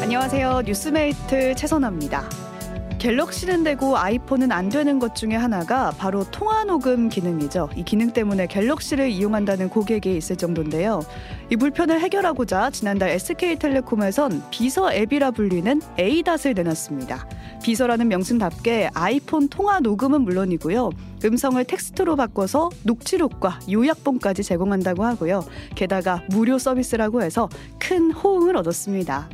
안녕하세요. 뉴스메이트 최선아입니다. 갤럭시는 되고 아이폰은 안 되는 것 중에 하나가 바로 통화 녹음 기능이죠. 이 기능 때문에 갤럭시를 이용한다는 고객이 있을 정도인데요. 이 불편을 해결하고자 지난달 SK텔레콤에선 비서 앱이라 불리는 에이닷을 내놨습니다. 비서라는 명칭답게 아이폰 통화 녹음은 물론이고요. 음성을 텍스트로 바꿔서 녹취록과 요약본까지 제공한다고 하고요. 게다가 무료 서비스라고 해서 큰 호응을 얻었습니다.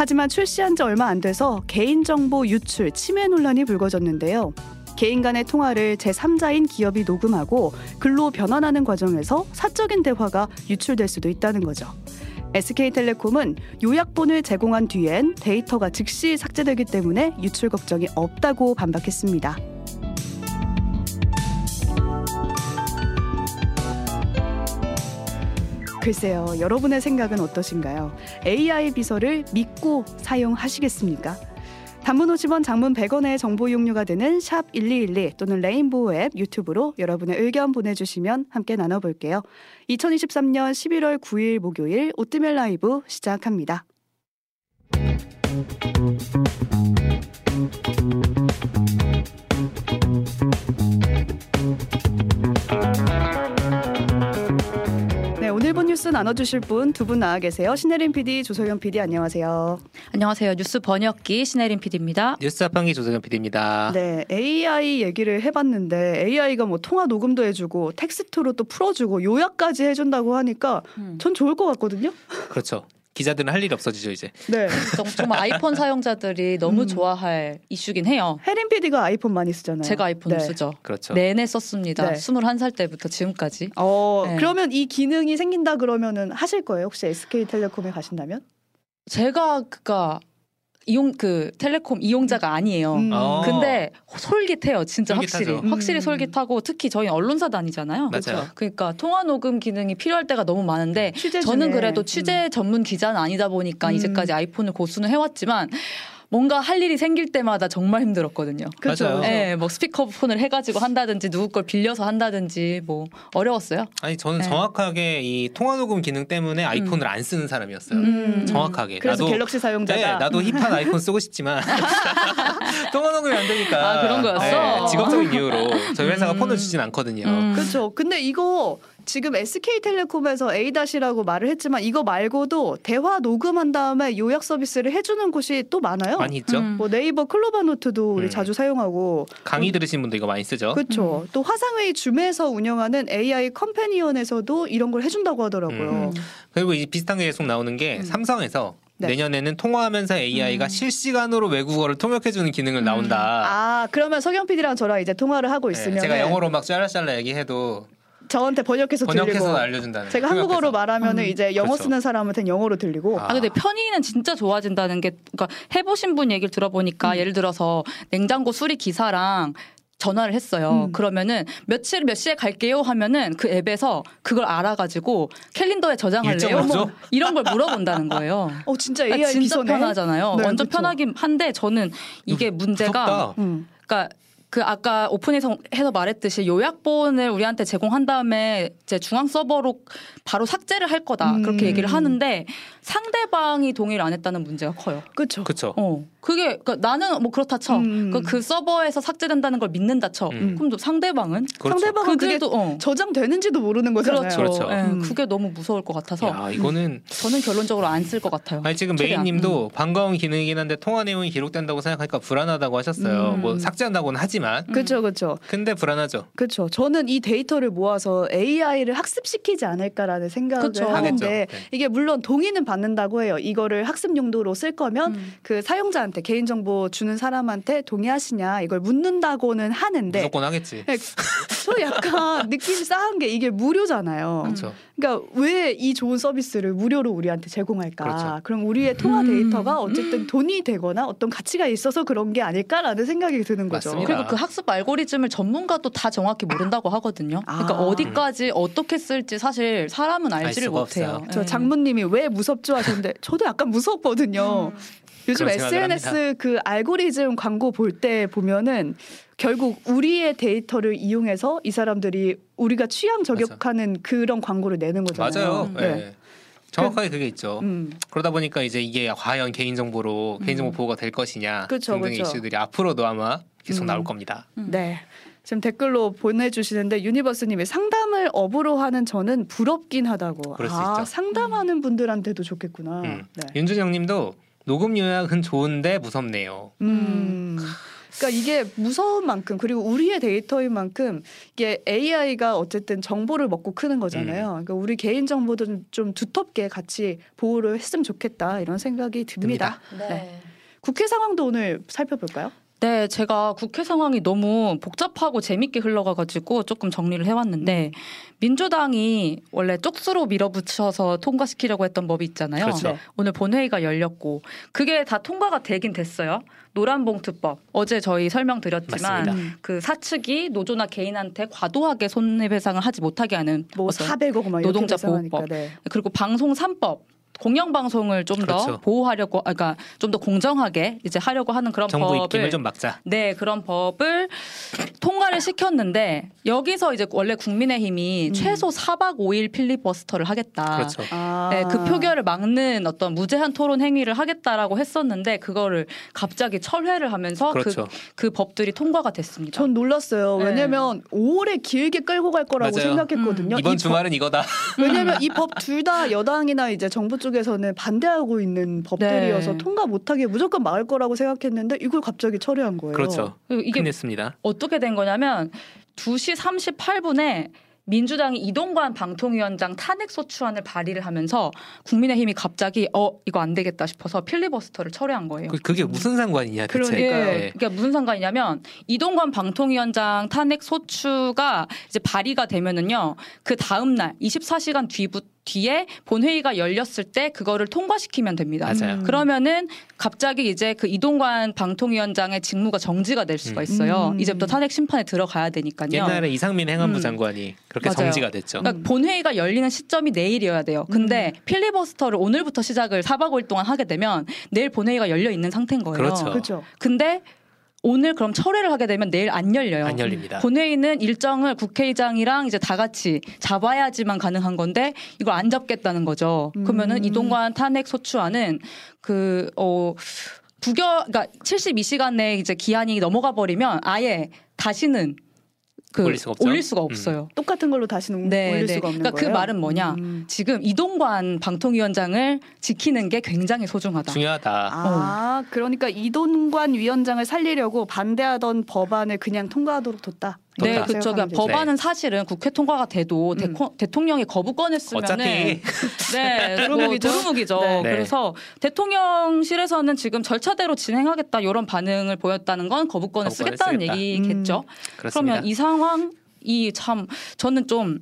하지만 출시한 지 얼마 안 돼서 개인정보 유출 침해 논란이 불거졌는데요. 개인 간의 통화를 제3자인 기업이 녹음하고 글로 변환하는 과정에서 사적인 대화가 유출될 수도 있다는 거죠. SK텔레콤은 요약본을 제공한 뒤엔 데이터가 즉시 삭제되기 때문에 유출 걱정이 없다고 반박했습니다. 글쎄요, 여러분의 생각은 어떠신가요? AI 비서를 믿고 사용하시겠습니까? 단문 50원, 장문 100원의 정보 이용료가 드는 샵 1212 또는 레인보우 앱 유튜브로 여러분의 의견 보내주시면 함께 나눠볼게요. 2023년 11월 9일 목요일 오뜨밀 라이브 시작합니다. 네, 오늘 본 뉴스 나눠주실 분 두 분 나와 계세요. 신혜림 PD, 조소연 PD 안녕하세요. 안녕하세요. 뉴스 번역기 신혜림 PD입니다. 뉴스 자판기 조세현 PD입니다. 네, AI 얘기를 해봤는데 AI가 뭐 통화 녹음도 해주고 텍스트로 또 풀어주고 요약까지 해준다고 하니까 전 좋을 것 같거든요. 그렇죠. 기자들은 할 일이 없어지죠 이제. 네. 정말 아이폰 사용자들이 너무 좋아할 이슈긴 해요. 혜린 PD가 아이폰 많이 쓰잖아요. 제가 아이폰을 음. 네. 쓰죠. 그렇죠. 내내 썼습니다. 네. 21살 때부터 지금까지. 어, 네. 그러면 이 기능이 생긴다 그러면은 하실 거예요? 혹시 SK텔레콤에 가신다면? 제가 그니까 이용 그 텔레콤 이용자가 아니에요. 음. 어. 근데 솔깃해요. 진짜 솔깃하죠. 확실히. 확실히 음. 솔깃하고 특히 저희 언론사 다니잖아요. 맞아요. 그러니까 통화 녹음 기능이 필요할 때가 너무 많은데 취재 저는 중에. 그래도 취재 전문 기자는 아니다 보니까 음. 이제까지 아이폰을 고수는 해왔지만 뭔가 할 일이 생길 때마다 정말 힘들었거든요. 그렇죠. 맞아요. 네. 예, 뭐 스피커폰을 해가지고 한다든지 누구 걸 빌려서 한다든지 뭐 어려웠어요. 아니 저는 네. 정확하게 이 통화 녹음 기능 때문에 아이폰을 안 쓰는 사람이었어요. 음. 정확하게. 그래서 나도 갤럭시 사용자가 네, 나도 힙한 아이폰 쓰고 싶지만 통화 녹음이 안 되니까. 네, 아, 그런 거였어? 직업적인 이유로 저희 회사가 음. 폰을 주진 않거든요. 음. 그렇죠. 근데 이거 지금 SK텔레콤에서 A-라고 말을 했지만 이거 말고도 대화 녹음한 다음에 요약 서비스를 해주는 곳이 또 많아요. 많이 있죠. 음. 뭐 네이버 클로바노트도 우리 음. 자주 사용하고 강의 들으신 분도 이거 많이 쓰죠. 그렇죠. 음. 또 화상회의 줌에서 운영하는 AI 컴패니언에서도 이런 걸 해준다고 하더라고요. 어. 음. 그리고 이 비슷한 게 계속 나오는 게 음. 삼성에서 네. 내년에는 통화하면서 AI가 음. 실시간으로 외국어를 통역해주는 기능을 음. 나온다. 아 그러면 석영 PD랑 저랑 이제 통화를 하고 네, 있으면 제가 영어로 막 짤라짤라 얘기해도 저한테 번역해서 번역해서 들리고 알려준다는. 그 제가 통역해서. 한국어로 말하면 은 음. 이제 영어 그렇죠. 쓰는 사람한테는 영어로 들리고 아 근데 편의는 진짜 좋아진다는 게 그러니까 해보신 분 얘기를 들어보니까 음. 예를 들어서 냉장고 수리 기사랑 전화를 했어요. 음. 그러면은 며칠 몇 시에 갈게요 하면은 그 앱에서 그걸 알아가지고 캘린더에 저장할래요? 일정을 뭐 줘? 이런 걸 물어본다는 거예요. 어 진짜 그러니까 AI 진짜 비서네. 편하잖아요. 네, 완전 그쵸. 편하긴 한데 저는 이게 문제가 무섭다. 음. 그러니까 그 아까 오픈에서 해서 말했듯이 요약본을 우리한테 제공한 다음에 이제 중앙 서버로 바로 삭제를 할 거다 음. 그렇게 얘기를 하는데 상대방이 동의를 안 했다는 문제가 커요. 그렇죠. 그쵸. 어 그게 그러니까 나는 뭐 그렇다 쳐. 음. 그, 그 서버에서 삭제된다는 걸 믿는다 쳐. 음. 그럼 또 상대방은 그렇죠. 상대방은 그게 그들도 어. 저장되는지도 모르는 거잖아요. 그렇죠. 그렇죠. 예, 음. 그게 너무 무서울 것 같아서 야 이거는 저는 결론적으로 안 쓸 것 음, 같아요. 아니 지금 최대한. 메인님도 반가운 기능이긴 한데 통화 내용이 기록된다고 생각하니까 불안하다고 하셨어요. 음. 뭐 삭제한다고는 하지만 음. 그렇죠, 그렇죠, 근데 불안하죠. 그렇죠. 저는 이 데이터를 모아서 AI를 학습시키지 않을까라는 생각을 그쵸. 하는데 하겠죠. 네. 이게 물론 동의는 받는다고 해요. 이거를 학습 용도로 쓸 거면 음. 그 사용자한테 개인정보 주는 사람한테 동의하시냐 이걸 묻는다고는 하는데 무조건 하겠지. 네, 저 약간 느낌이 싸한 게 이게 무료잖아요. 그렇죠. 그러니까 왜 이 좋은 서비스를 무료로 우리한테 제공할까? 그렇죠. 그럼 우리의 통화 음. 데이터가 어쨌든 돈이 되거나 어떤 가치가 있어서 그런 게 아닐까라는 생각이 드는 거죠. 맞습니다. 그리고 그 학습 알고리즘을 전문가도 다 정확히 모른다고 하거든요. 그러니까 아. 어디까지 어떻게 쓸지 사실 사람은 알 알지를 수가 못해요. 없어요. 저 예. 장모님이 왜 무섭죠 하셨는데 저도 약간 무섭거든요. 음. 요즘 그런 생각을 SNS 그 알고리즘 광고 볼 때 보면은 결국 우리의 데이터를 이용해서 이 사람들이 우리가 취향 저격하는 그런 광고를 내는 거잖아요. 맞아요. 음. 네. 정확하게 그게 있죠. 음. 그러다 보니까 이제 이게 과연 개인정보로 개인정보 보호가 될 것이냐 그쵸, 등등의 그쵸. 이슈들이 앞으로도 아마 계속 음. 나올 겁니다. 음. 네. 지금 댓글로 보내주시는데 유니버스님이 상담을 업으로 하는 저는 부럽긴 하다고. 그럴 수 아 있죠. 음. 상담하는 분들한테도 좋겠구나. 음. 네. 윤준영님도 녹음 요약은 좋은데 무섭네요. 음. 그러니까 이게 무서운 만큼 그리고 우리의 데이터인 만큼 이게 AI가 어쨌든 정보를 먹고 크는 거잖아요. 그러니까 우리 개인 정보도 좀- 좀 두텁게 같이 보호를 했으면 좋겠다 이런 생각이 듭니다. 네. 국회 상황도 오늘 살펴볼까요? 네, 제가 국회 상황이 너무 복잡하고 재밌게 흘러가가지고 조금 정리를 해왔는데 음. 민주당이 원래 쪽수로 밀어붙여서 통과시키려고 했던 법이 있잖아요. 그렇죠. 네. 오늘 본회의가 열렸고 그게 다 통과가 되긴 됐어요. 노란봉투법 어제 저희 설명드렸지만 맞습니다. 음. 그 사측이 노조나 개인한테 과도하게 손해배상을 하지 못하게 하는 뭐 어떤- 400억 막 노동자 이렇게 보상하니까. 보호법. 네. 그리고 방송 3법 공영방송을 좀 더 그렇죠. 보호하려고 아, 그러니까 좀 더 공정하게 이제 하려고 하는 그런 정부 입김을 법을 좀 막자. 네, 그런 법을 통과를 시켰는데 여기서 이제 원래 국민의힘이 음. 최소 4박 5일 필리버스터를 하겠다. 그렇죠. 아. 네, 그 표결을 막는 어떤 무제한 토론 행위를 하겠다라고 했었는데 그거를 갑자기 철회를 하면서 그 그 그렇죠. 법들이 통과가 됐습니다. 전 놀랐어요. 네. 왜냐면 오래 길게 끌고 갈 거라고 맞아요. 음. 생각했거든요. 이번 이 주말은 이거다. 법- 왜냐면 이 법 둘 다 여당이나 이제 정부 쪽에서는 반대하고 있는 법들이어서 네. 통과 못하게 무조건 막을 거라고 생각했는데 이걸 갑자기 철회한 거예요. 그렇죠. 그리고 어, 음. 이게 끝냈습니다. 어떻게 된 거냐면 2시 38분에 민주당이 이동관 방통위원장 탄핵 소추안을 발의를 하면서 국민의힘이 갑자기 어 이거 안 되겠다 싶어서 필리버스터를 철회한 거예요. 그, 그게 무슨 상관이냐 대체. 그러니까요. 예. 어. 그러니까 무슨 상관이냐면 이동관 방통위원장 탄핵 소추가 이제 발의가 되면은요 그 다음 날 24시간 뒤부 뒤에 본회의가 열렸을 때 그거를 통과시키면 됩니다. 맞아요. 음. 그러면은 갑자기 이제 그 이동관 방통위원장의 직무가 정지가 될 수가 음. 있어요. 음. 이제부터 탄핵 심판에 들어가야 되니까요. 옛날에 음. 이상민 행안부 음. 장관이 그렇게 맞아요. 정지가 됐죠. 그러니까 본회의가 열리는 시점이 내일이어야 돼요. 근데 음. 필리버스터를 오늘부터 시작을 4박 5일 동안 하게 되면 내일 본회의가 열려 있는 상태인 거예요. 그렇죠. 그렇죠. 근데 오늘 그럼 철회를 하게 되면 내일 안 열려요. 안 열립니다. 본회의는 일정을 국회의장이랑 이제 다 같이 잡아야지만 가능한 건데 이걸 안 잡겠다는 거죠. 음. 그러면은 이동관 탄핵 소추안은 그 어. 부결, 그러니까 72시간 내에 이제 기한이 넘어가 버리면 아예 다시는 그 올릴 수가 없죠. 올릴 수가 음. 없어요. 똑같은 걸로 다시는 네, 올릴 네. 수가 없는 그러니까 그 거예요. 말은 뭐냐? 음. 지금 이동관 방통위원장을 지키는 게 굉장히 소중하다. 중요하다. 아, 그러니까 이동관 위원장을 살리려고 반대하던 법안을 그냥 통과하도록 뒀다. 네, 좋다. 이렇게 그쵸. 생각하면 되죠. 법안은 사실은 국회 통과가 돼도 음. 대코- 대통령이 거부권을 쓰면은 어차피 네, 두루묵이죠. 두루묵이죠. 두루묵이죠. 네. 네. 그래서 대통령실에서는 지금 절차대로 진행하겠다 이런 반응을 보였다는 건 거부권을 거부권을 쓰겠다는 쓰겠다. 음, 얘기겠죠. 그렇습니다. 그러면 이 상황이 참 저는 좀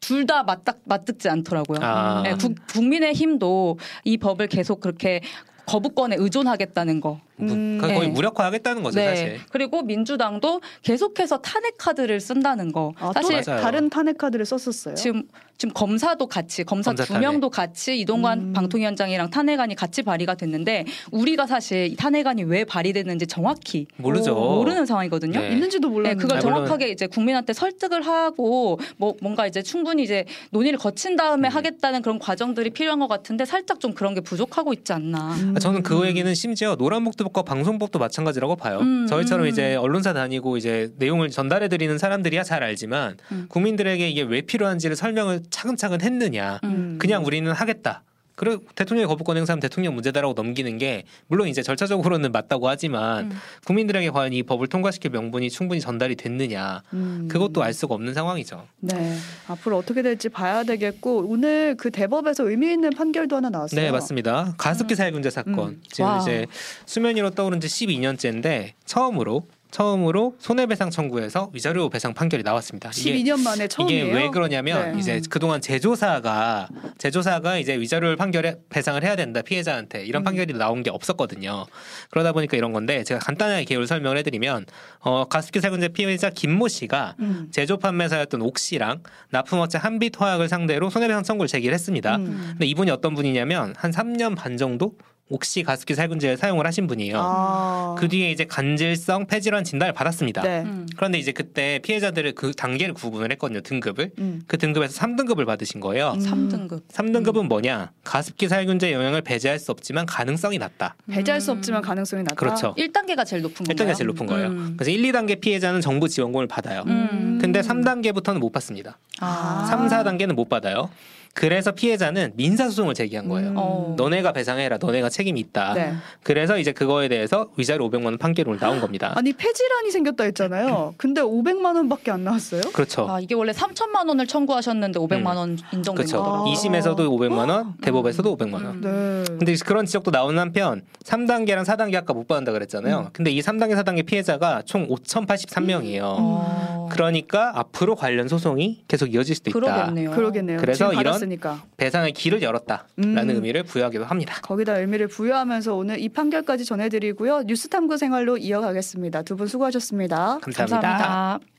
둘 다 맞닥 맞듣지 않더라고요. 음. 아. 네, 국, 국민의 힘도 이 법을 계속 그렇게 거부권에 의존하겠다는 거. 무- 그 음, 거의 네. 무력화하겠다는 거죠 사실. 그리고 민주당도 계속해서 탄핵 카드를 쓴다는 거. 아, 또 사실 맞아요. 다른 탄핵 카드를 썼었어요. 지금 지금 검사도 같이 검사 검사 두 명도 같이 이동관 음. 방통위원장이랑 탄핵안이 같이 발의가 됐는데 우리가 사실 이 탄핵안이 왜 발의됐는지 정확히 모르죠. 오, 모르는 상황이거든요. 어. 네. 있는지도 네, 몰랐는데. 그걸 아, 물론. 정확하게 이제 국민한테 설득을 하고 뭐 뭔가 이제 충분히 이제 논의를 거친 다음에 음. 하겠다는 그런 과정들이 필요한 것 같은데 살짝 좀 그런 게 부족하고 있지 않나. 음. 저는 그 얘기는 심지어 노란복도법과 방송법도 마찬가지라고 봐요. 음, 저희처럼 음. 이제 언론사 다니고 이제 내용을 전달해 드리는 사람들이야 잘 알지만 음. 국민들에게 이게 왜 필요한지를 설명을 차근차근 했느냐. 음. 그냥 우리는 하겠다. 그래 대통령의 거부권 행사하면 대통령 문제다라고 넘기는 게 물론 이제 절차적으로는 맞다고 하지만 음. 국민들에게 과연 이 법을 통과시킬 명분이 충분히 전달이 됐느냐 음. 그것도 알 수가 없는 상황이죠. 네. 앞으로 어떻게 될지 봐야 되겠고 오늘 그 대법에서 의미 있는 판결도 하나 나왔어요. 네 맞습니다. 가습기 살균제 사건 음. 지금 와우. 이제 수면 위로 떠오른 지 12년째인데 처음으로 처음으로 손해배상 청구에서 위자료 배상 판결이 나왔습니다. 이게 12년 만에 처음이에요. 이게 왜 그러냐면 네. 이제 음. 그동안 제조사가 제조사가 이제 위자료를 판결에 배상을 해야 된다 피해자한테 이런 음. 판결이 나온 게 없었거든요. 그러다 보니까 이런 건데 제가 간단하게 개요를 설명을 해드리면 어, 가습기 살균제 피해자 김모 씨가 음. 제조 판매사였던 옥 씨랑 납품업체 한빛화학을 상대로 손해배상 청구를 제기했습니다. 음. 근데 이분이 어떤 분이냐면 한 3년 반 정도 옥시 가습기 살균제를 사용을 하신 분이에요. 아. 그 뒤에 이제 간질성 폐질환 진단을 받았습니다. 네. 음. 그런데 이제 그때 피해자들을 그 단계를 구분을 했거든요. 등급을. 음. 그 등급에서 3등급을 받으신 거예요. 음. 3등급. 삼 3등급은 뭐냐? 가습기 살균제 영향을 배제할 수 없지만 가능성이 낮다. 배제할 수 없지만 가능성이 낮다. 그렇죠. 1단계가 제일 높은 거예요. 1단계가 제일 높은 거예요. 예. 음. 그래서 1, 2단계 피해자는 정부 지원금을 받아요. 음. 근데 3단계부터는 못 받습니다. 아. 삼 3, 4단계는 못 받아요. 그래서 피해자는 민사소송을 제기한 거예요. 음. 어. 너네가 아. 배상해라. 너네가 책임이 있다. 네. 그래서 이제 그거에 대해서 위자료 500만 원 판결이 오늘 나온 겁니다. 아니 폐질환이 생겼다 했잖아요. 근데 500만 원밖에 안 나왔어요? 그렇죠. 아, 이게 원래 3천만 원을 청구하셨는데 500만 원 인정된 그렇죠. 거더라고요. 거더라고요. 이- 2심에서도 500만 원, 대법에서도 500만 원. 음. 네. 근데 이제 그런 지적도 나오는 한편 3단계랑 4단계 아까 못 받는다 그랬잖아요. 근데 이 3단계 4단계 피해자가 총 5,083명이에요. 어. 그러니까 앞으로 관련 소송이 계속 이어질 수도 있다. 그러겠네요. 그러겠네요. 그래서 지금 이런- 받았으니까. 배상의 길을 열었다라는 음. 의미를 부여하기도 합니다. 거기다 의미를 부여하면서 오늘 이 판결까지 전해드리고요. 뉴스탐구 생활로 이어가겠습니다. 두 분 수고하셨습니다. 감사합니다. 감사합니다.